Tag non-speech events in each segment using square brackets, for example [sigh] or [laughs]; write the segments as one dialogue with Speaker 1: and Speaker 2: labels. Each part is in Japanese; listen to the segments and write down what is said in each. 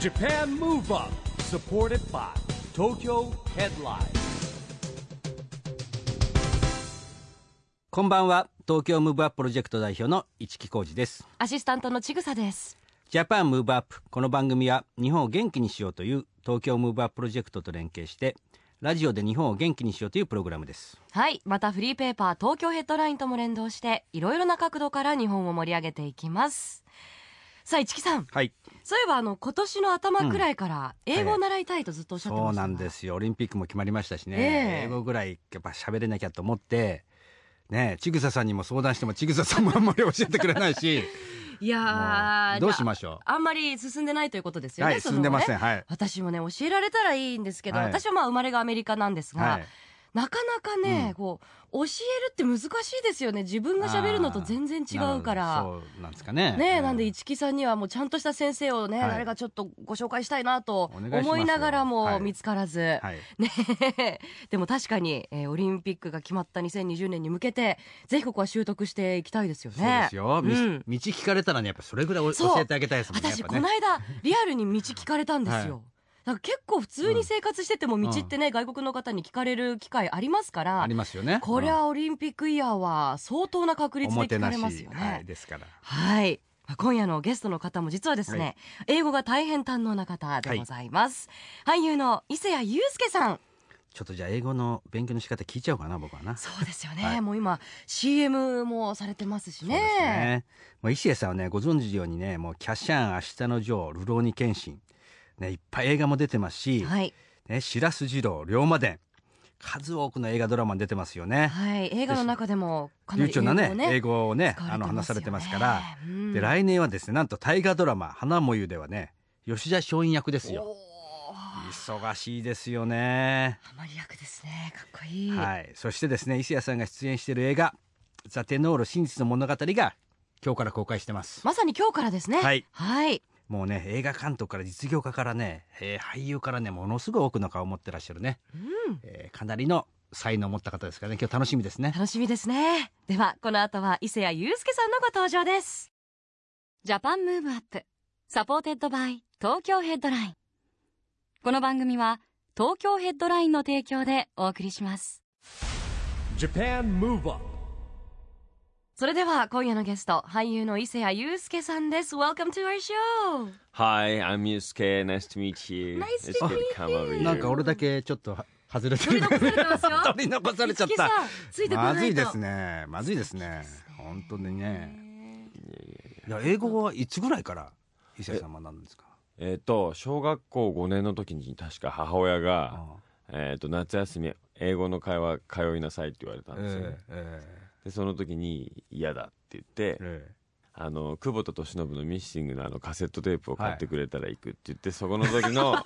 Speaker 1: Japan Move Up supported by Tokyo Headline
Speaker 2: こんばんは東京ムーブアッププロジェクト代表の市木浩司です
Speaker 3: アシスタントのちぐさです。
Speaker 2: ジャパンムーブアップこの番組は日本を元気にしようという東京ムーブアッププロジェクトと連携してラジオで日本を元気にしようというプログラムです
Speaker 3: はい。またフリーペーパー東京ヘッドラインとも連動して、いろいろな角度から日本を盛り上げていきます。さあ、市木さん。
Speaker 2: はい
Speaker 3: そういえば、あの、今年の頭くらいから、英語を習いたいとずっとおっしゃって
Speaker 2: そ
Speaker 3: ま
Speaker 2: う
Speaker 3: した
Speaker 2: な
Speaker 3: が
Speaker 2: んですよオリンピックも決まりましたしね、
Speaker 3: ええ
Speaker 2: 英語ぐらいやっぱ喋れなきゃと思ってねえちぐささんにも相談してもちぐささんもあんまり教えてくれないし
Speaker 3: いや
Speaker 2: もう
Speaker 3: ー、
Speaker 2: どうし
Speaker 3: ま
Speaker 2: ましょ
Speaker 3: あんまり進んでないということです
Speaker 2: う
Speaker 3: よね。
Speaker 2: はい
Speaker 3: そ
Speaker 2: 進
Speaker 3: の
Speaker 2: んで
Speaker 3: 後ね
Speaker 2: ませんはい
Speaker 3: 私もね、教えられたらいいんですけど、
Speaker 2: はい
Speaker 3: 私はまあ生まれがアメリカなんですが、
Speaker 2: はい
Speaker 3: なかなかね、
Speaker 2: うん
Speaker 3: こう、教えるって難しいですよね。自分が喋るのと全然違うから。
Speaker 2: なるほどそうなんですかね
Speaker 3: ね
Speaker 2: う
Speaker 3: え、なんで一木さんにはもうちゃんとした先生をね、
Speaker 2: はい
Speaker 3: 誰かちょっとご紹介したいなと
Speaker 2: お願いしますよ
Speaker 3: 思いながら
Speaker 2: は
Speaker 3: も
Speaker 2: い
Speaker 3: 見つからず、
Speaker 2: はい
Speaker 3: ねえ [laughs] でも確かに、えーオリンピックが決まった2020年に向けてぜひここは習得していきたいですよね。
Speaker 2: そうですよ、み
Speaker 3: うん
Speaker 2: 道聞かれたらねやっぱそれぐらいお
Speaker 3: そう
Speaker 2: 教えてあげたいですもんねやっ
Speaker 3: 私
Speaker 2: ぱ
Speaker 3: こ
Speaker 2: ね
Speaker 3: の間リアルに道聞かれたんで
Speaker 2: [laughs]
Speaker 3: すよ。なんか結構普通に生活してても道ってね、外国の方に聞かれる機会ありますから、
Speaker 2: ありますよね
Speaker 3: これはオリンピックイヤーは相当な確
Speaker 2: うんお
Speaker 3: 率で
Speaker 2: も
Speaker 3: 聞
Speaker 2: て
Speaker 3: か
Speaker 2: な
Speaker 3: れ
Speaker 2: し、
Speaker 3: ますよね。
Speaker 2: はい、ですから
Speaker 3: はい。まあ今夜のゲストの方も実はですね、
Speaker 2: はい
Speaker 3: 英語が大変堪能な方でございます。俳優の伊勢谷友介さん。
Speaker 2: ちょっとじゃあ英語の勉強の仕方聞いちゃおうかな僕はな
Speaker 3: そうですよね。
Speaker 2: はい
Speaker 3: もう今 CM もされてますし
Speaker 2: そうです
Speaker 3: ね。
Speaker 2: ね。もう石江さんはね、ご存知のようにね、もうキャシャン、明日のジョー、ルローニケンシン。ね、いっぱい映画も出てますし、
Speaker 3: はい。
Speaker 2: ね、白洲二郎、龍馬伝。数多くの映画ドラマに出てますよね。
Speaker 3: はい。映画の中でもかな
Speaker 2: 流
Speaker 3: り英
Speaker 2: 暢
Speaker 3: 語
Speaker 2: な
Speaker 3: を
Speaker 2: ね、英
Speaker 3: ね。
Speaker 2: 語をね
Speaker 3: 使われてますよ、ね
Speaker 2: あの、話されてますから。
Speaker 3: うん
Speaker 2: で、来年はですね、なんと大河ドラマ、花もゆではね、吉田松陰役です
Speaker 3: お
Speaker 2: よ。
Speaker 3: ー
Speaker 2: 忙しいですよね。
Speaker 3: ハマり役ですね。かっこいい。
Speaker 2: はい。そしてですね、伊勢谷さんが出演している映画、ザ・テノール真実の物語が、今日から公開してます。
Speaker 3: まさに今日からですね。
Speaker 2: はい。
Speaker 3: はい。
Speaker 2: もうね映画監督から実業家からね、えー俳優からねものすごい多くの顔を持ってらっしゃるね、
Speaker 3: うん。
Speaker 2: えーかなりの才能を持った方ですからね今日楽しみですね
Speaker 3: 楽しみですねではこの後は伊勢谷友介さんのご登場ですジャパンムーブアップサポーテッドバイ東京ヘッドラインこの番組は東京ヘッドラインの提供でお送りします
Speaker 1: Japan Move Up
Speaker 3: それでは今夜のゲスト俳優の伊勢谷友介さんです Welcome to our show
Speaker 4: Hi, I'm Yusuke. Nice to meet you.
Speaker 3: Nice to
Speaker 4: it's good
Speaker 3: meet
Speaker 4: to come over
Speaker 3: you.
Speaker 4: here.
Speaker 2: なんか俺だけちょっとは外れて
Speaker 3: [laughs] 取り
Speaker 2: る
Speaker 3: 残されてますよ
Speaker 2: 取り残されちゃっ
Speaker 3: 一木さん
Speaker 2: た
Speaker 3: ついてこな
Speaker 2: ま
Speaker 3: いと
Speaker 2: ずいですねまずいですね本当にねいや英語はいつぐらいから伊勢様なんですか
Speaker 4: えっと小学校5年の時に確か母親が、えっと夏休み英語の会話通いなさいって言われたんですよね。
Speaker 2: えええ
Speaker 4: でその時に嫌だって言っ
Speaker 2: え、
Speaker 4: て
Speaker 2: え
Speaker 4: あの久保田利伸のミッシングのあのカセットテープを買ってくれたら行くって言って、そこの時
Speaker 2: [laughs]
Speaker 4: の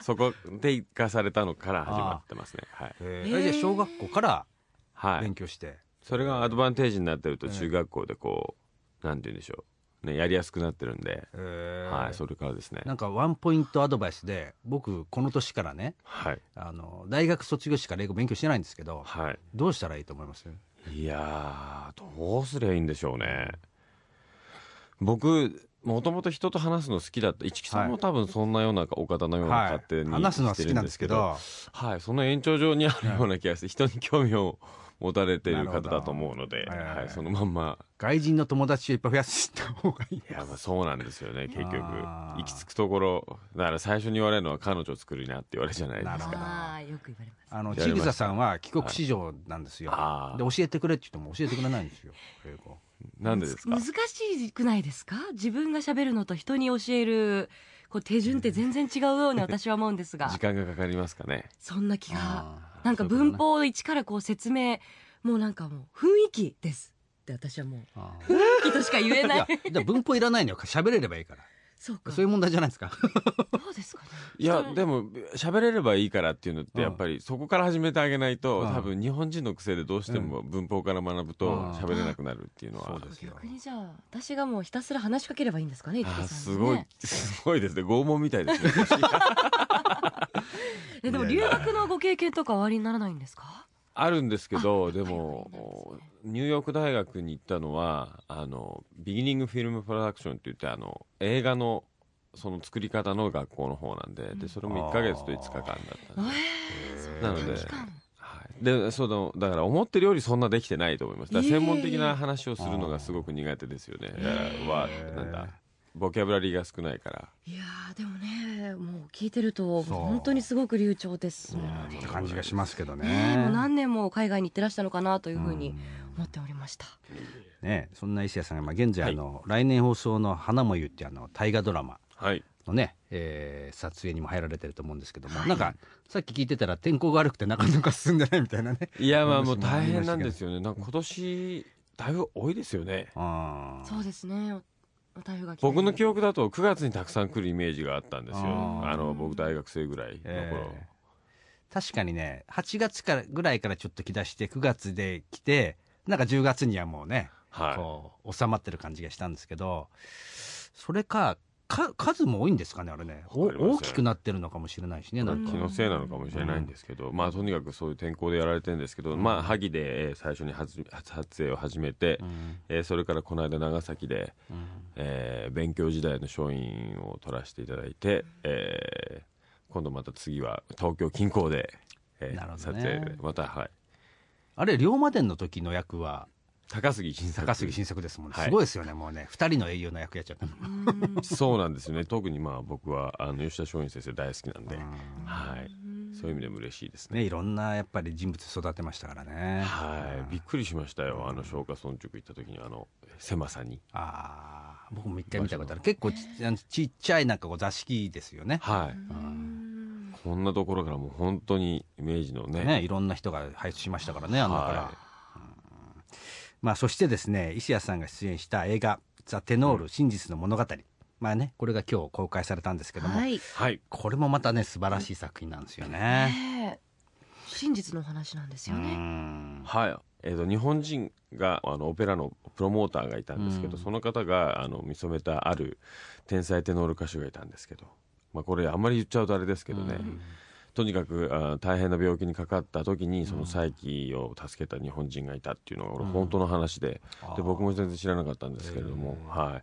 Speaker 4: そこで行かされたのから始まってますね。はい。
Speaker 2: えええじゃあ小学校から
Speaker 4: はい。
Speaker 2: 勉強して、
Speaker 4: それがアドバンテージになってると中学校でこう、なんて言うんでしょう、ね、やりやすくなってるんで、
Speaker 2: ええ
Speaker 4: はい、それからですね
Speaker 2: なんかワンポイントアドバイスで僕この年からね
Speaker 4: はい
Speaker 2: あの大学卒業してから英語勉強してないんですけど、
Speaker 4: は
Speaker 2: どうしたらいいと思います
Speaker 4: いいやーどうすりゃいいんでしょうね僕もともと人と話すの好きだった市木さん
Speaker 2: は
Speaker 4: も
Speaker 2: い
Speaker 4: 多分そんなようなお方のような勝手に
Speaker 2: 話すのは
Speaker 4: し
Speaker 2: 好
Speaker 4: て
Speaker 2: き
Speaker 4: る
Speaker 2: なんん
Speaker 4: で
Speaker 2: ですすけ
Speaker 4: けど
Speaker 2: ど、
Speaker 4: はいその延長上にあるような気がして人に興味を持たれている方だと思うので、
Speaker 2: なるほど
Speaker 4: はい、そのまんま
Speaker 2: 外人の友達をいっぱい増やした方がいい。
Speaker 4: いやまあそうなんですよね結局
Speaker 2: あー
Speaker 4: 行き着くところだから最初に言われるのは彼女を作るなって言われるじゃないです
Speaker 2: なるほ
Speaker 4: か
Speaker 2: ど
Speaker 3: ああよく言われます
Speaker 2: あの、
Speaker 4: やりま
Speaker 2: ち
Speaker 4: した
Speaker 2: ぐささんは帰国子女なんですよ。
Speaker 4: あ
Speaker 2: で、教えてくれって言っても教えてくれないんですよ、英語。
Speaker 4: あなんでですか
Speaker 3: 難しくないですか自分が喋るのと人に教えるこう手順って全然違うよ
Speaker 2: [laughs]
Speaker 3: うに私は思うんですが
Speaker 4: 時間がかかりますかね
Speaker 3: そんな気が
Speaker 2: あー
Speaker 3: なんか
Speaker 2: そういうこ
Speaker 3: 文
Speaker 2: とね
Speaker 3: 法を一からこう説明もうなんかもう雰囲気ですって私はもう
Speaker 2: あー
Speaker 3: 雰囲気としか言え
Speaker 2: い
Speaker 3: な
Speaker 2: や
Speaker 3: い
Speaker 2: じゃあ文法いらないのよ。喋れればいいから。
Speaker 3: そうか
Speaker 2: そういう問題じゃないですか。
Speaker 3: どうですかね
Speaker 4: いやでも喋れればいいからっていうのってやっぱりそこから始めてあげないと
Speaker 2: うん
Speaker 4: 多分日本人の癖でどうしても文法から学ぶと
Speaker 2: うん
Speaker 4: 喋れなくなるっていうの
Speaker 2: そ
Speaker 4: は
Speaker 2: うですよ
Speaker 3: 逆にじゃあ私がもうひたすら話しかければいいんですかね市
Speaker 4: あー
Speaker 3: 川さん
Speaker 4: す
Speaker 3: に
Speaker 4: ごい
Speaker 3: ね
Speaker 4: すごいですね拷問みたいです [laughs] ね
Speaker 3: えでも
Speaker 2: い
Speaker 3: 留
Speaker 2: やいや
Speaker 3: 学のご経験とかおありにならないんですか
Speaker 4: あるんですけどで
Speaker 3: あります
Speaker 4: も
Speaker 3: ね
Speaker 4: ニューヨーク大学に行ったのはあのビギニングフィルムプロダクションって言ってあの映画のその作り方の学校の方なんででそれも1か月と5日間だったんでなのではいでそうだだから思ってるよりそんなできてないと思いますだから専門的な話をするのがすごく苦手ですよねだからわなんだボキャブラリーが少ないから
Speaker 3: いやーでもねもう聞いてると
Speaker 2: そう
Speaker 3: 本当にすごく流暢ですもんね
Speaker 2: って感じがしますけど
Speaker 3: ねえもう
Speaker 2: ね。
Speaker 3: 何年も海外に行ってらしたのかなというふうに思っておりました、
Speaker 2: ねそんな石谷さんが、まあ、現在、あの来年放送の「花もゆ」ってあの大河ドラマ
Speaker 4: はい
Speaker 2: のね、えー撮影にも入られてると思うんですけども、なんかさっき聞いてたら天候が悪くてなかなか進んでないみたいなね。
Speaker 4: いやまあ
Speaker 2: 話
Speaker 4: もう大変なんで
Speaker 2: よ。
Speaker 4: すよねなんか今年だいぶ多いですよね
Speaker 2: あ
Speaker 3: そうですねおお台風が来て
Speaker 4: 僕の記憶だと9月にたくさん来るイメージがあったんですよ
Speaker 2: あー
Speaker 4: あの僕大学生ぐらいの頃、
Speaker 2: えー確かにね8月からぐらいからちょっと来だして9月で来てなんか10月にはもうね、
Speaker 4: は
Speaker 2: こう収まってる感じがしたんですけどそれかか数も多いんですかねあれねお
Speaker 4: わかりません
Speaker 2: 大きくなってるのかもしれないしねなん
Speaker 4: い
Speaker 2: か
Speaker 4: 気のせいなのかもしれないんですけど、まあとにかくそういう天候でやられてるんですけど、まあ萩で、えー最初にはじ撮影を始めて、
Speaker 2: うん
Speaker 4: えーそれからこの間長崎で、
Speaker 2: うん
Speaker 4: えー勉強時代の書院を取らせていただいて、えー今度また次は東京近郊で、えー
Speaker 2: なるほど
Speaker 4: 撮
Speaker 2: ね
Speaker 4: 影でまたはい
Speaker 2: あれ龍馬伝の時の役は
Speaker 4: 高杉晋作
Speaker 2: 高杉晋作ですもんね、
Speaker 4: はい
Speaker 2: すごいですよねもうね2人の英雄の役やっちゃった
Speaker 4: そうなんですよね特にまあ僕はあの吉田松陰先生大好きなんで、はい、そういう意味でも嬉しいですね
Speaker 2: ねいろんなやっぱり人物育てましたからね
Speaker 4: はいびっくりしましたよあの松下村塾行った時にあの狭さに
Speaker 2: ああ僕も一回見たことある結構ちあのちっちゃいなんかこう座敷ですよね
Speaker 4: はいこんなところからもう本当に明治のね
Speaker 2: ねいろんな人が輩出しましたからねあの中から、
Speaker 4: はい
Speaker 2: うんまあそしてですね石谷さんが出演した映画「ザ・テノール真実の物語」まあねこれが今日公開されたんですけども、
Speaker 3: はい、
Speaker 4: はい
Speaker 2: これもまたね素晴らしい作品なんですよね。
Speaker 3: ねえ真実のお話なんですよ
Speaker 2: う
Speaker 3: ね、
Speaker 2: ん
Speaker 4: はいえー、と日本人があのオペラのプロモーターがいたんですけ
Speaker 2: う
Speaker 4: ど、
Speaker 2: ん
Speaker 4: その方があの見初めたある天才テノール歌手がいたんですけど、まあ、これあんまり言っちゃうとあれですけどね、とにかくあー大変な病気にかかった時にその再起を助けた日本人がいたっていうのが俺本当の話で,、で僕も全然知らなかったんですけれども、はい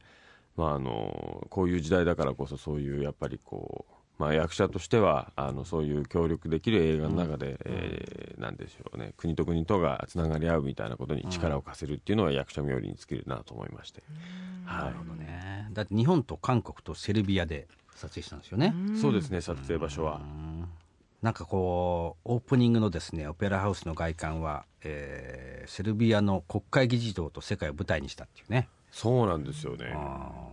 Speaker 4: まあ、あのこういう時代だからこそそういうやっぱりこう。まあ、役者としてはあのそういう協力できる映画の中で、えーなんでしょうね国と国とがつながり合うみたいなことに力を貸せるっていうのは役者冥利に尽きるなと思いまして、は
Speaker 2: なるほどねだって日本と韓国とセルビアで撮影したんですよね。
Speaker 4: い、そうですね撮影場所は、
Speaker 2: なんかこうオープニングのですねオペラハウスの外観は、えーセルビアの国会議事堂と世界を舞台にしたっていうね
Speaker 4: そうなんですよね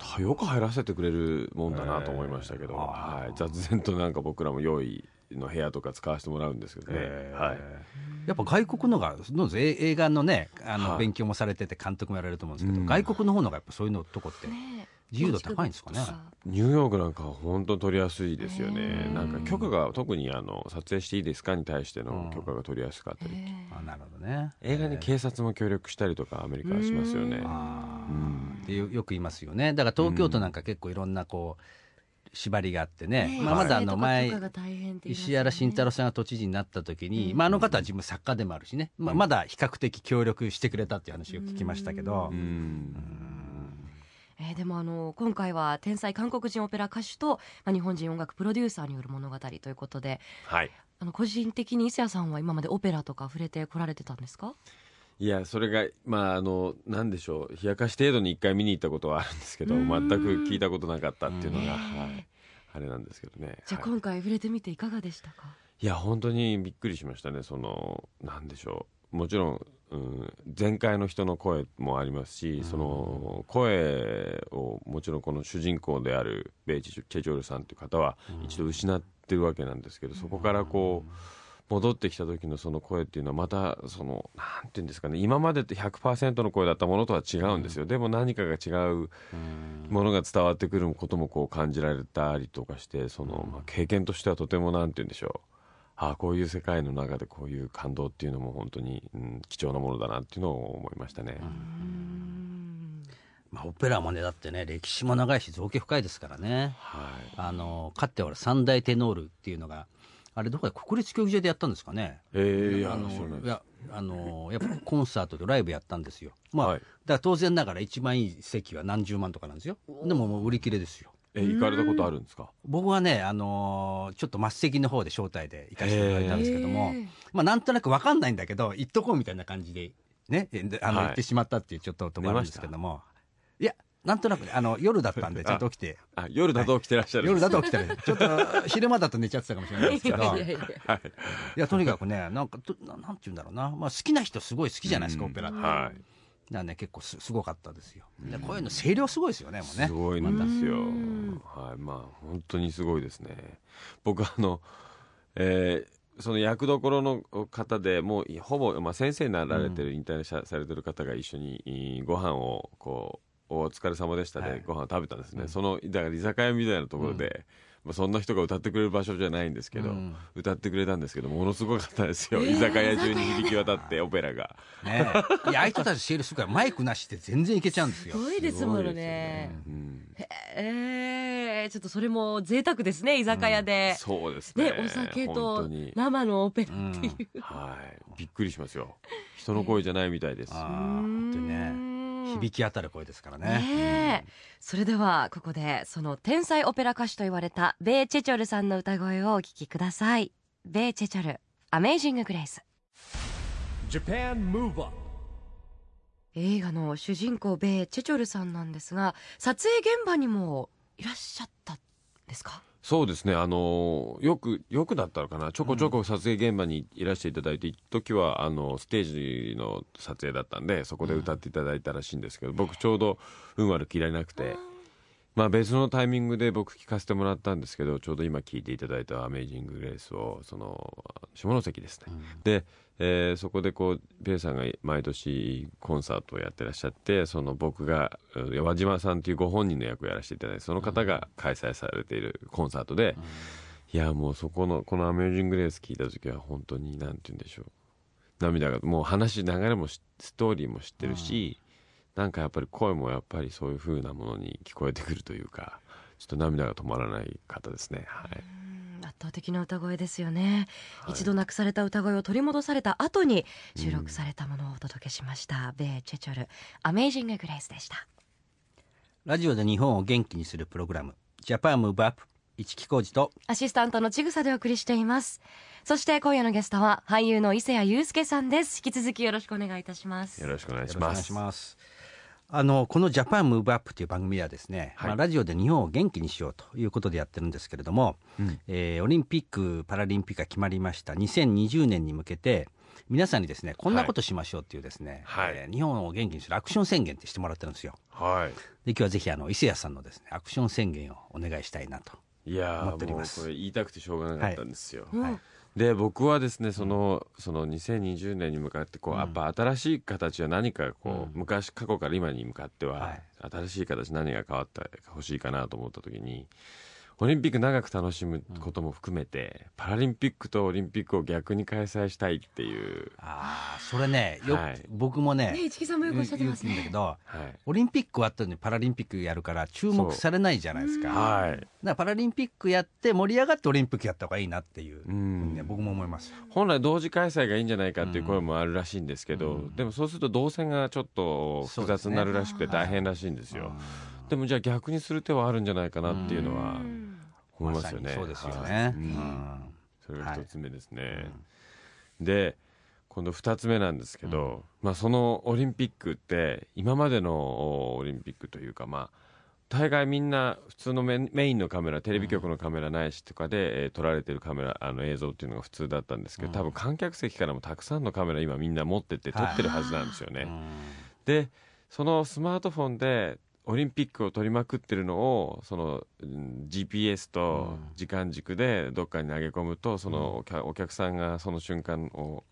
Speaker 4: たよく入らせてくれるもんだなと思いましたけど、はい、雑然となんか僕らも用意の部屋とか使わせてもらうんですけどね、はい、
Speaker 2: やっぱ外国のがのぜ映画のねあの
Speaker 4: はい
Speaker 2: 勉強もされてて監督もやられると思うんですけど、
Speaker 4: うん
Speaker 2: 外国の方のがやっぱそういうのとこって
Speaker 3: ねえ
Speaker 2: 自由度高いんですかね
Speaker 3: 構築物と
Speaker 4: ニューヨークなんかは本当取りやすいですよねなんか許可が特にあの撮影していいですかに対しての許可が取りやすかったり、
Speaker 2: あなるほどね
Speaker 4: 映画に警察も協力したりとかアメリカはしますよね、
Speaker 2: あーってよよく言いますよねだから東京都なんか結構いろんなこう縛りがあってね、
Speaker 3: ねえ
Speaker 2: まあ、まだあの前
Speaker 3: 撮影とか許可が大変って言います
Speaker 2: 石
Speaker 3: よね
Speaker 2: 原慎太郎さんが都知事になった時に、まあ、あの方は自分作家でもあるしね、まあ、まだ比較的協力してくれたっていう話を聞きましたけど、
Speaker 4: うん
Speaker 3: えーでもあの今回は天才韓国人オペラ歌手と、まあ、日本人音楽プロデューサーによる物語ということで
Speaker 4: はい
Speaker 3: あの個人的に伊勢谷さんは今までオペラとか触れてこられてたんですか
Speaker 4: いやそれがまああのなんでしょう冷やかし程度に一回見に行ったことはあるんですけど全く聞いたことなかったっていうのが、はい、あれなんですけどね
Speaker 3: じゃあ
Speaker 4: はい
Speaker 3: 今回触れてみていかがでしたか、
Speaker 4: いや本当にびっくりしましたねそのなんでしょうもちろん、うん、前回の人の声もありますし、その声をもちろんこの主人公であるベイチ・チェジョルさんという方は一度失ってるわけなんですけど、そこからこう戻ってきた時のその声っていうのはまたそのなんていうんですかね今までって100%の声だったものとは違うんですよ、でも何かが違うものが伝わってくることもこう感じられたりとかしてその、まあ、経験としてはとてもなんて言うんでしょうああこういう世界の中でこういう感動っていうのも本当に、うん、貴重なものだなっていうのを思いましたね、
Speaker 2: まあ、オペラもねだってね歴史も長いし造形深いですからね
Speaker 4: はい
Speaker 2: あのかっては三大テノールっていうのがあれどこか国立競技場でやったんですかね
Speaker 4: えー、いや
Speaker 2: あの
Speaker 4: 知らない
Speaker 2: い
Speaker 4: です
Speaker 2: やあのやっぱコンサートでライブやったんですよまあ、
Speaker 4: はい
Speaker 2: だから当然ながら一番いい席は何十万とかなんですよでももう売り切れですよ
Speaker 4: え行かれたことあるんですか
Speaker 2: 僕はね、あのーちょっと末席の方で招待で行かせていただいたんですけども
Speaker 3: へ、ー
Speaker 2: まあ、なんとなくわかんないんだけど行っとこうみたいな感じでねえであの、
Speaker 4: はい
Speaker 2: 行ってしまったっていうちょっとところなんですけどもいやなんとなくねあの夜だったんでちょっと起きて
Speaker 4: [laughs] あ夜だと来てらっしゃる、
Speaker 2: 夜だと起きたらちょっと昼間だと寝ちゃってたかもしれない [laughs] ですけど
Speaker 3: いやいやいや
Speaker 4: [laughs] はい
Speaker 2: いやとにかくねなんかとななんて言うんだろうな、まあ、好きな人すごい好きじゃないですか、
Speaker 4: うん
Speaker 2: オペラって。だか
Speaker 4: はい
Speaker 2: らね結構すすごかったですよ。でこういうの声量すごいですよねもうね。
Speaker 4: すごいんですよ
Speaker 3: うん。
Speaker 4: はい、まあ本当にすごいですね。僕あの、えーその役どころの方でもうほぼ、まあ、先生になられてる、引退さされてる方が一緒にいご飯をこうお疲れ様でしたで、
Speaker 2: はい
Speaker 4: ご飯を食べたんですね、そのだから居酒屋みたいなところで、まあ、そんな人が歌ってくれる場所じゃないんですけど、
Speaker 2: うん
Speaker 4: 歌ってくれたんですけどものすごかったですよ、居酒屋中に響き渡ってオペラが。
Speaker 2: ねえいやああいう人たち声量すごいからマイクなしで全然いけちゃうんです
Speaker 3: す
Speaker 2: よ。
Speaker 3: ごいですものね。
Speaker 4: うん
Speaker 3: えー、ちょっとそれも贅沢ですね居酒屋で、
Speaker 4: そうですね
Speaker 3: ねお酒
Speaker 4: 本当
Speaker 3: と
Speaker 4: に
Speaker 3: 生のオペラ
Speaker 2: うん
Speaker 3: っていう、
Speaker 4: はい、びっくりしますよ。人の声じゃないみたいです。
Speaker 2: あー
Speaker 4: は
Speaker 2: 本当にね響
Speaker 3: き
Speaker 2: き当たる声ですからね。
Speaker 3: ねえそれではここでその天才オペラ歌手と言われたベー・チェチョルさんの歌声をお聞きくださいベー・チェチョル「アメイジング・グレイス」
Speaker 1: Japan Move Up
Speaker 3: 映画の主人公ベー・チェチョルさんなんですが撮影現場にもいらっしゃったんですか
Speaker 4: そうですね。あのよくよくだったのかな。ちょこちょこ撮影現場にいらしていただいて、一時はあのステージの撮影だったんで、そこで歌っていただいたらしいんですけど、僕ちょうど運悪くいられなくて。まあ、別のタイミングで僕聞かせてもらったんですけどちょうど今聞いていただいた「アメイジング・グレース」をその下関ですね、で、えーそこでこうベイさんが毎年コンサートをやってらっしゃってその僕がうん和島さんというご本人の役をやらせていただいてその方が開催されているコンサートで、いやもうそこのこの「アメイジング・グレース」聞いた時は本当になんて言うんでしょう涙がもう話流れもしストーリーも知ってるし、なんかやっぱり声もやっぱりそういう風なものに聞こえてくるというかちょっと涙が止まらない方ですねはい
Speaker 3: 圧倒的な歌声ですよね、
Speaker 4: はい
Speaker 3: 一度なくされた歌声を取り戻された後に収録されたものをお届けしました、ベー・チェチョル「アメイジング・グレイス」でした
Speaker 2: ラジオで日本を元気にするプログラム「ジャパンムーブアップ」一木工事と
Speaker 3: アシスタントのちぐさでお送りしていますそして今夜のゲストは俳優の伊勢谷友介さんです引き続きよろしくお願いいたします
Speaker 4: よろしくお願
Speaker 2: よ
Speaker 4: い
Speaker 2: ろ
Speaker 4: し
Speaker 2: くお
Speaker 4: ま
Speaker 2: 願い
Speaker 4: す
Speaker 2: します。あのこの「ジャパンムーブアップ」という番組はですね、
Speaker 4: はい
Speaker 2: まあ、ラジオで日本を元気にしようということでやってるんですけれども、
Speaker 4: うん
Speaker 2: えーオリンピック・パラリンピックが決まりました2020年に向けて皆さんにですねこんなことしましょうっていうですね、
Speaker 4: はい
Speaker 2: えー日本を元気にするアクション宣言ってしてもらってるんですよ。
Speaker 4: は
Speaker 2: で今日はぜひあの伊勢谷さんのですねアクション宣言をお願いしたいなと。
Speaker 4: いいや
Speaker 2: 待ってお
Speaker 4: ー
Speaker 2: り
Speaker 4: もう
Speaker 2: ます
Speaker 4: これ言いたくてしょうがなかったんですよ、
Speaker 3: うん
Speaker 2: はい
Speaker 4: で僕はですねそのその2020年に向かってこう、やっぱ新しい形は何かこう、
Speaker 2: うん
Speaker 4: 昔過去から今に向かっては、
Speaker 2: はい
Speaker 4: 新しい形何が変わった欲しいかなと思った時にオリンピック長く楽しむことも含めて、パラリンピックとオリンピックを逆に開催したいっていう、
Speaker 2: あーそれねよく、
Speaker 4: はい
Speaker 2: 僕もね
Speaker 3: ね市木さんもよくおっしゃってます
Speaker 2: 言うんだ
Speaker 3: ね
Speaker 2: けど
Speaker 4: はい、
Speaker 2: オリンピック終わったのにパラリンピックやるから注目されないじゃないですか。
Speaker 4: はい、
Speaker 2: だからパラリンピックやって盛り上がってオリンピックやった方がいいなっていう、
Speaker 4: うん
Speaker 2: ね僕も思います。
Speaker 4: 本来同時開催がいいんじゃないかっていう声もあるらしいんですけど、でもそうすると動線がちょっと複雑になるらしくて大変らしいんですよ。でもじゃあ逆にする手はあるんじゃないかなっていうのは思いますよね。
Speaker 2: そうですよ
Speaker 4: はい
Speaker 2: ね。
Speaker 4: う
Speaker 2: うんん
Speaker 4: それが一つ目ですね。で今度二つ目なんですけど、まあそのオリンピックって今までのオリンピックというかまあ大概みんな普通のメメインのカメラテレビ局のカメラないしとかで、えー撮られてるカメラあの映像っていうのが普通だったんですけど、多分観客席からもたくさんのカメラ今みんな持ってって撮ってるはずなんですよね。でそのスマートフォンでオリンピックを取りまくってるのをそのうん GPS と時間軸でどっかに投げ込むとそのお客お客さんがその瞬間を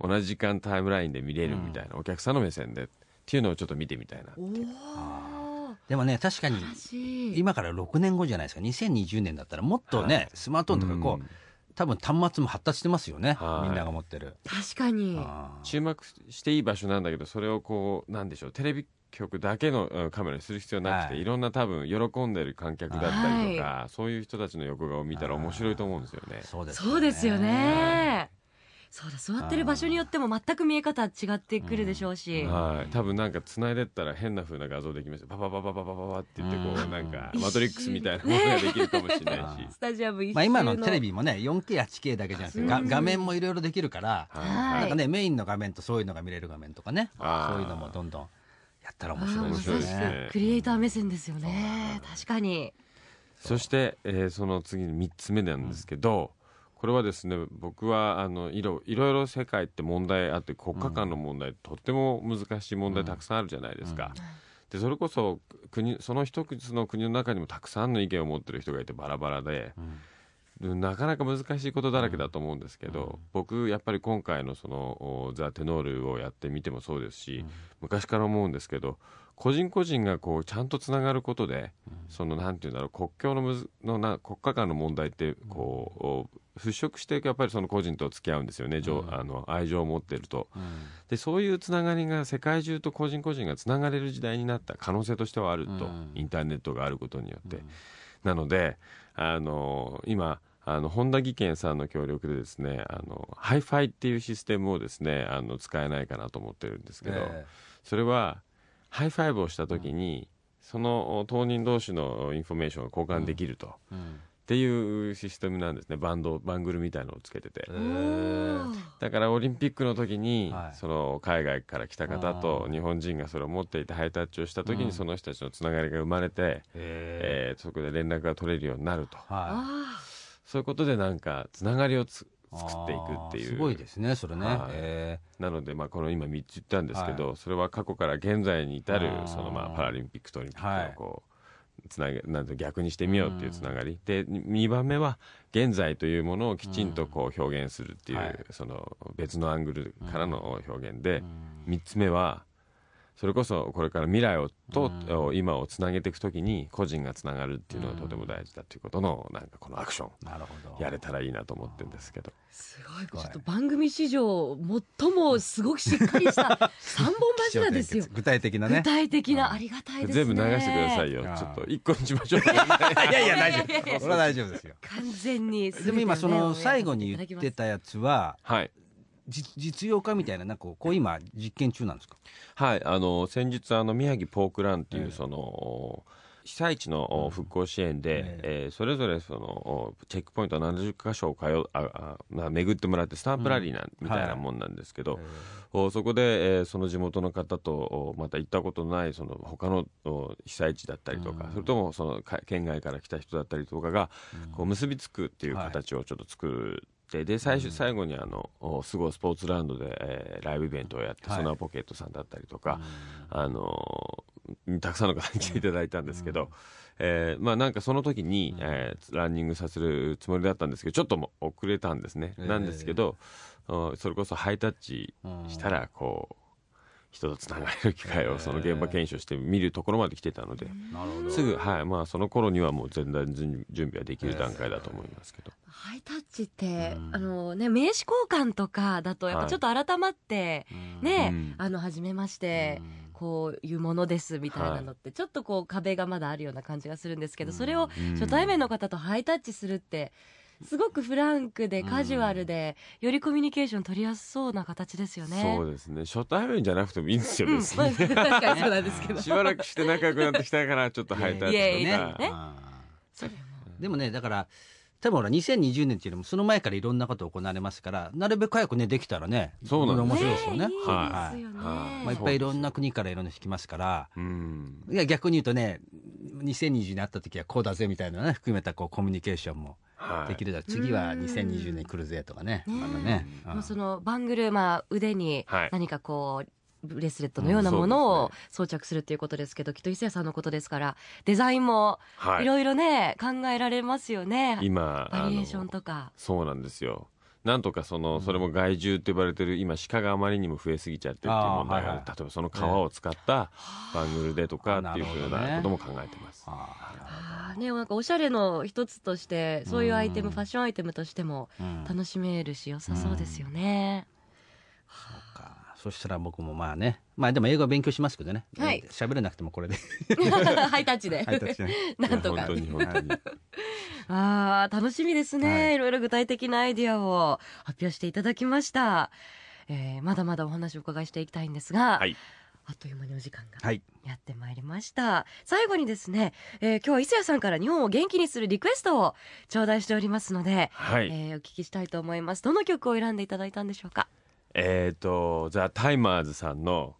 Speaker 4: 同じ時間タイムラインで見れるみたいなお客さんの目線でっていうのをちょっと見てみたいな
Speaker 3: おお
Speaker 2: でもね確かに
Speaker 3: らしい
Speaker 2: 今から6年後じゃないですか2020年だったらもっとね、スマートフォンとかこう、
Speaker 4: うん
Speaker 2: 多分端末も発達してますよね、
Speaker 4: はい
Speaker 2: みんなが持ってる。
Speaker 3: 確かに
Speaker 2: あー
Speaker 4: 注目していい場所なんだけどそれをこうなんでしょうテレビ局だけのうんカメラにする必要なくて、
Speaker 2: はい
Speaker 4: い、ろんな多分喜んでる観客だったりとか、そういう人たちの横顔を見たら面白いと思うんですよね。
Speaker 2: そうですよね
Speaker 3: そうですよね。そうだ座ってる場所によっても全く見え方違ってくるでしょうし、
Speaker 4: はい、多分なんか繋いでったら変な風な画像できますよパパパパパパパパって言ってこ
Speaker 2: う
Speaker 4: うんなんか
Speaker 3: 一瞬
Speaker 4: マトリックスみたいなものができるかもしれないし
Speaker 2: ね
Speaker 3: スタジアム一周の、
Speaker 2: まあ、今のテレビもね 4K8K だけじゃなくてが
Speaker 3: うん
Speaker 2: 画面もいろいろできるから、
Speaker 3: はい
Speaker 2: なんかねメインの画面とそういうのが見れる画面とかね
Speaker 4: あー
Speaker 2: そういうのもどんどんやったら
Speaker 3: あ
Speaker 2: 面
Speaker 3: ー
Speaker 2: 白いで
Speaker 3: ま
Speaker 2: す
Speaker 3: さ
Speaker 2: よ
Speaker 3: し
Speaker 4: 面白いです
Speaker 2: ね。
Speaker 4: ね
Speaker 3: くクリエイター目線ですよね、確かに
Speaker 4: そして、えーその次に3つ目なんですけど、これはですね僕はあのいろいろいろ世界って問題あって国家間の問題、とっても難しい問題たくさんあるじゃないですか。でそれこそ国その一つの国の中にもたくさんの意見を持ってる人がいてバラバラで、なかなか難しいことだらけだと思うんですけど、僕やっぱり今回のそのお「ザ・テノール」をやってみてもそうですし、昔から思うんですけど個人個人がこうちゃんとつながることで、そのなんていうんだろう国境のむずのな国家間の問題ってこう、お払拭していくやっぱりその個人と付き合うんですよね、情あの愛情を持ってると。でそういうつながりが世界中と個人個人がつながれる時代になった可能性としてはあると、
Speaker 2: うん
Speaker 4: インターネットがあることによって、なのであの今あの本田技研さんの協力でですねあのハイファイっていうシステムをですねあの使えないかなと思ってるんですけど、
Speaker 2: え
Speaker 4: それはハイファイブをした時に、その当人同士のインフォメーションを交換できると、
Speaker 2: え
Speaker 4: っていうシステムなんですねバンド番組みたいのをつけてて。
Speaker 2: ええ
Speaker 4: だからオリンピックの時に、
Speaker 2: はい
Speaker 4: その海外から来た方と
Speaker 2: あー
Speaker 4: 日本人がそれを持っていてハイタッチをした時に、
Speaker 2: うん
Speaker 4: その人たちのつながりが生まれて、
Speaker 2: え
Speaker 4: えーそこで連絡が取れるようになると
Speaker 2: えはい
Speaker 3: あ
Speaker 4: そういうことでなんかつながりをつ作っていくってい
Speaker 2: あ
Speaker 4: う
Speaker 2: ーすごいですねそれね、
Speaker 4: はい
Speaker 2: え
Speaker 4: なので、まあ、この今3つ言ったんですけど、それは過去から現在に至る
Speaker 2: あー
Speaker 4: そのまあパラリンピックとオリンピック
Speaker 2: はい
Speaker 4: のこう、つなげなんて逆にしてみようっていうつながり、で2番目は現在というものをきちんとこう表現するっていう、
Speaker 2: はい
Speaker 4: その別のアングルからの表現で
Speaker 2: う、ん
Speaker 4: 3つ目はそれこそこれから未来をと、今をつなげていくときに個人がつながるっていうのがとても大事だということのなんかこのアクション
Speaker 2: なるほど
Speaker 4: やれたらいいなと思ってるんですけど。
Speaker 3: ーすごいちょっと番組史上最もすごくしっかりした
Speaker 2: [laughs]
Speaker 3: 三本柱ですよ
Speaker 2: 貴重な具体的な
Speaker 3: 具
Speaker 2: ね
Speaker 3: 体的なありがたいですね
Speaker 4: 全部流してくださいよ
Speaker 2: あー
Speaker 4: ちょっと一個にしましょう
Speaker 2: いやいや大
Speaker 3: いやいやい
Speaker 2: 丈
Speaker 3: や
Speaker 2: 夫それは大丈夫ですよ
Speaker 3: 完全に全てをね
Speaker 2: でも今その最後に
Speaker 3: お願いさせて
Speaker 2: 言
Speaker 3: い
Speaker 2: った
Speaker 3: だ
Speaker 2: て
Speaker 3: き
Speaker 2: たやつは
Speaker 4: はい
Speaker 2: じ実用化みたいななんかこうこう今実験中なんですか
Speaker 4: はいあの先日あの宮城ポークランっていうその、被災地のお復興支援で、
Speaker 2: え
Speaker 4: えーそれぞれそのおチェックポイント70箇所を通うああまあ巡ってもらってスタンプラリーなん、みたいなもんなんですけど、おそこで、えーその地元の方とおまた行ったことのないその他のお被災地だったりとか、それともそのか県外から来た人だったりとかが、こう結びつくっていう形をちょっと作って、で最終最後にあのおスゴスポーツランドで、えーライブイベントをやって、
Speaker 2: はい
Speaker 4: ソナーポケットさんだったりとか、あのーたくさんの方に来ていただいたんですけど、えーまあ、なんかその時に、えーランニングさせるつもりだったんですけどちょっともう遅れたんですね、
Speaker 2: ええ
Speaker 4: なんですけどうんそれこそハイタッチしたらこう人とつながれる機会をその現場検証して見るところまで来てたので、
Speaker 2: なるほ
Speaker 4: すぐ、はいまあ、その頃にはもう全然準備はできる段階だと思いますけど。
Speaker 3: ハイタッチって、
Speaker 2: うん
Speaker 3: あのね、名刺交換とかだと、やっ
Speaker 4: は
Speaker 3: ぱ
Speaker 4: い
Speaker 3: ちょっと改まって、ね、
Speaker 4: うん
Speaker 3: あの、初めまして、こういうものですみたいなのって、ちょっとこう壁がまだあるような感じがするんですけど、それを
Speaker 4: うん
Speaker 3: 初対面の方とハイタッチするって、すごくフランクでカジュアルで、よりコミュニケーション取りやすそうな形ですよね。
Speaker 4: そうですね初対面じゃなくてもいいんです
Speaker 3: [laughs]
Speaker 4: よ、
Speaker 3: うん、
Speaker 4: 別
Speaker 3: 確
Speaker 4: に、 [laughs]
Speaker 3: かにそうなんですけど。
Speaker 4: しばらくして仲良くなってきたからちょっとハイタッチとか
Speaker 3: いやいやいやね
Speaker 2: あ
Speaker 3: それも
Speaker 2: ーでもねだから多分ほら2020年っていうのもその前からいろんなこと行われますからなるべく早くねできたらね
Speaker 4: そうなん
Speaker 2: 面
Speaker 4: です
Speaker 2: 白い
Speaker 4: よ
Speaker 2: ですよね
Speaker 3: ねいいですよ
Speaker 4: は
Speaker 3: ね。
Speaker 4: はい
Speaker 2: まあ、いっぱいいろんな国からいろんな人来ますから
Speaker 4: うん
Speaker 2: いや逆に言うとね2020になった時はこうだぜみたいなのね含めたこうコミュニケーションも
Speaker 4: はい
Speaker 2: できるだろう次は2020年来るぜとかね
Speaker 3: ね
Speaker 2: まだね
Speaker 3: もうそのバングル、まあ、腕に
Speaker 4: はい
Speaker 3: 何かこう、ブレスレットのようなものを装着するということですけど、きっと伊勢谷さんのことですから、デザインも
Speaker 4: はい
Speaker 3: いろいろね、考えられますよね。
Speaker 4: 今
Speaker 3: バリエーション
Speaker 4: あの
Speaker 3: とか。
Speaker 4: そうなんですよなんとかその、それも害獣って呼ばれてる今鹿があまりにも増えすぎちゃってっていう問題が
Speaker 2: あ
Speaker 4: ある
Speaker 2: ーはいはい
Speaker 4: 例えばその皮を使ったバングルでとか
Speaker 2: ね
Speaker 4: っていうふうなことも考えてます、
Speaker 2: あ
Speaker 3: あーね、なんかおしゃれの一つとして、そういうアイテム、
Speaker 2: うん
Speaker 3: ファッションアイテムとしても
Speaker 2: ーうん
Speaker 3: 楽しめるし、良さそうですよね。
Speaker 2: そうかそしたら僕もまあねまあでも英語は勉強しますけどね
Speaker 3: はい
Speaker 2: 喋れなくてもこれで [laughs]
Speaker 3: ハイタッチで
Speaker 2: ハイタッチね
Speaker 3: [laughs] なんとか
Speaker 4: いや本当に本当に。
Speaker 3: あー楽しみですね、、
Speaker 2: はい
Speaker 3: ろいろ具体的なアイディアを発表していただきました、えーまだまだお話をお伺いしていきたいんですが、
Speaker 4: はい
Speaker 3: あっという間にお時間が
Speaker 2: はい
Speaker 3: やってまいりました最後にですね、えー今日は伊勢谷さんから日本を元気にするリクエストを頂戴しておりますので、
Speaker 4: はい。
Speaker 3: えーお聞きしたいと思いますどの曲を選んでいただいたんでしょうか
Speaker 4: えっ、とザタイマーズさんの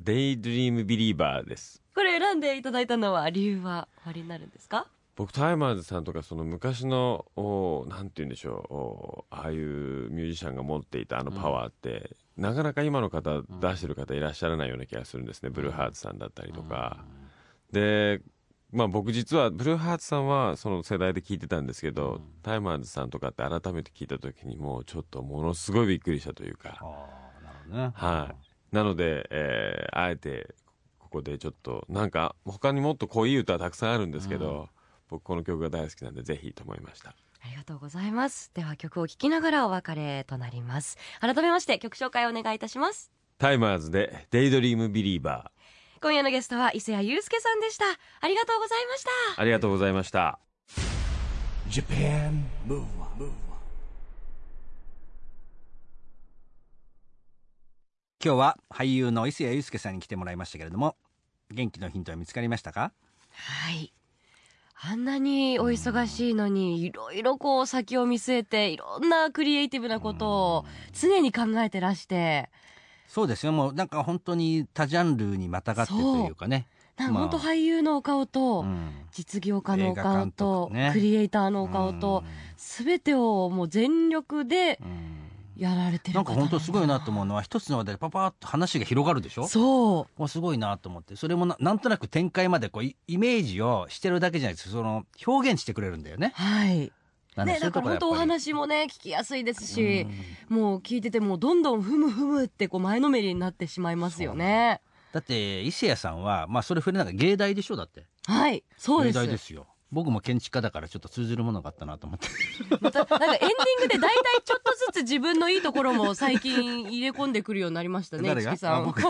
Speaker 4: デイドリームビリーバーです。
Speaker 3: これ選んでいただいたのは理由はおありになるんですか
Speaker 4: 僕タイマーズさんとかその昔のおーなんて言うんでしょうおーああいうミュージシャンが持っていたあのパワーって、なかなか今の方出してる方いらっしゃらないような気がするんですね、ブルーハーツさんだったりとか、でまあ僕実はブルーハーツさんはその世代で聞いてたんですけど、タイマーズさんとかって改めて聞いた時にもうちょっとものすごいびっくりしたというか
Speaker 2: ああなるほどね
Speaker 4: はい、なので、えーあえてここでちょっとなんか他にもっと濃い歌はたくさんあるんですけど、僕この曲が大好きなんでぜひと思いました
Speaker 3: ありがとうございますでは曲を聴きながらお別れとなります改めまして曲紹介をお願いいたします
Speaker 4: タイマーズで「デイドリームビリーバ
Speaker 3: 今夜のゲストは伊勢谷友介さんでしたありがとうございました
Speaker 4: ー」ありがとうございました
Speaker 1: Japan Move Up, Move Up.
Speaker 2: 今日は俳優の伊勢谷友介さんに来てもらいましたけれども元気のヒントは見つかりましたか
Speaker 3: はいあんなにお忙しいのにいろいろこう先を見据えていろんなクリエイティブなことを常に考えてらして
Speaker 2: そうですよもうなんか本当に多ジャンルにまたがってというかね
Speaker 3: なんか
Speaker 2: まあ
Speaker 3: 本当俳優のお顔と
Speaker 2: うん
Speaker 3: 実業家のお
Speaker 2: 映
Speaker 3: 顔と
Speaker 2: 画監督ね
Speaker 3: クリエイターのお顔と全てをもう全力で
Speaker 2: うん
Speaker 3: やられてる
Speaker 2: なん
Speaker 3: 方
Speaker 2: か本当すごいなと思うのは一つの話題でパパッと話が広がるでしょ
Speaker 3: そう
Speaker 2: もうすごいなと思ってそれもななんとなく展開までこうイイメージをしてるだけじゃなくてその表現してくれるんだよね。
Speaker 3: はい
Speaker 2: なん
Speaker 3: ね、
Speaker 2: そうい
Speaker 3: だ
Speaker 2: うとこ
Speaker 3: から
Speaker 2: ろ
Speaker 3: 本当
Speaker 2: や
Speaker 3: お
Speaker 2: っぱり
Speaker 3: 話もね聞きやすいですし、もう聞いててもうどんどんふむふむってこう前のめりになってしまいますよね。
Speaker 2: だって伊勢谷さんはまあそれ触れながら芸大でしょだって
Speaker 3: はい、そうで
Speaker 2: 芸
Speaker 3: す。
Speaker 2: 大ですよ僕も建築家だからちょっと通ずるものがあったなと思って
Speaker 3: またなんかエンディングで大体ちょっとずつ自分のいいところも最近入れ込んでくるようになりましたね、
Speaker 2: 誰
Speaker 3: 市
Speaker 2: が
Speaker 3: 木さ
Speaker 2: あ
Speaker 3: ん [laughs]
Speaker 2: 僕。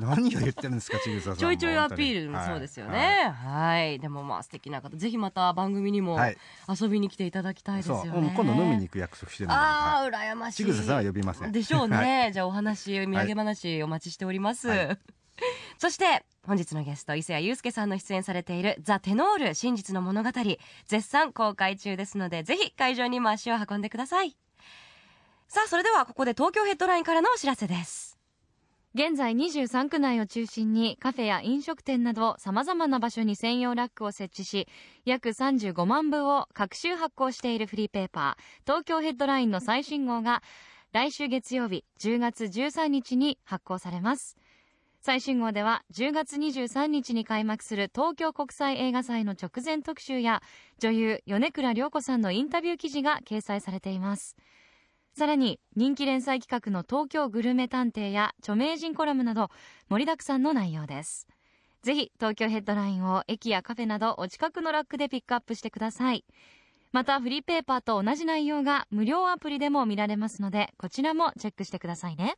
Speaker 2: 何を言ってるんですか千草さん
Speaker 3: ちょいちょいアピールもそうですよね。はい、でもまあ素敵な方、ぜひまた番組にも
Speaker 2: はい
Speaker 3: 遊びに来ていただきたいですよね。
Speaker 2: そうもう今度飲みに行く約束してるんだ
Speaker 3: ああ、羨ましい。
Speaker 2: ちぐささんは呼びません
Speaker 3: でしょうね。じゃあお話、お土産話お待ちしております。
Speaker 2: はい
Speaker 3: [laughs] そして、本日のゲスト、伊勢谷友介さんの出演されているザ・テノール真実の物語、絶賛公開中ですので、ぜひ会場にも足を運んでください。さあ、それではここで東京ヘッドラインからのお知らせです。
Speaker 5: 現在23区内を中心にカフェや飲食店など様々な場所に専用ラックを設置し約35万部を各週発行しているフリーペーパー東京ヘッドラインの最新号が来週月曜日10月13日に発行されます最新号では10月23日に開幕する東京国際映画祭の直前特集や女優米倉涼子さんのインタビュー記事が掲載されていますさらに人気連載企画の東京グルメ探偵や著名人コラムなど盛りだくさんの内容です。ぜひ東京ヘッドラインを駅やカフェなどお近くのラックでピックアップしてください。またフリーペーパーと同じ内容が無料アプリでも見られますのでこちらもチェックしてくださいね。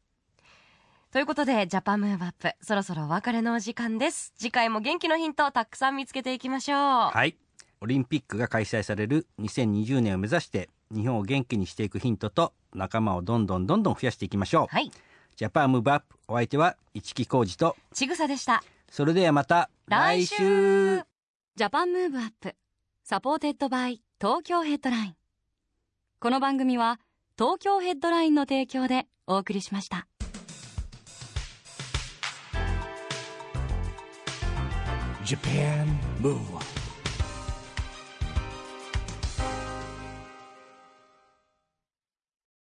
Speaker 3: ということで、ジャパンムーブアップ、そろそろお別れのお時間です。次回も元気のヒントをたくさん見つけていきましょう。
Speaker 2: はい。オリンピックが開催される2020年を目指して、日本を元気にしていくヒントと、仲間をどんどんどんどん増やしていきましょう。
Speaker 3: はい。
Speaker 2: ジャパンムーブアップ、お相手は市木浩二と、
Speaker 3: ちぐさでした。
Speaker 2: それではまた
Speaker 3: 来週
Speaker 6: ジャパンムーブアップサポーテッドバイ東京ヘッドラインこの番組は東京ヘッドラインの提供でお送りしました
Speaker 1: Japan Move Up.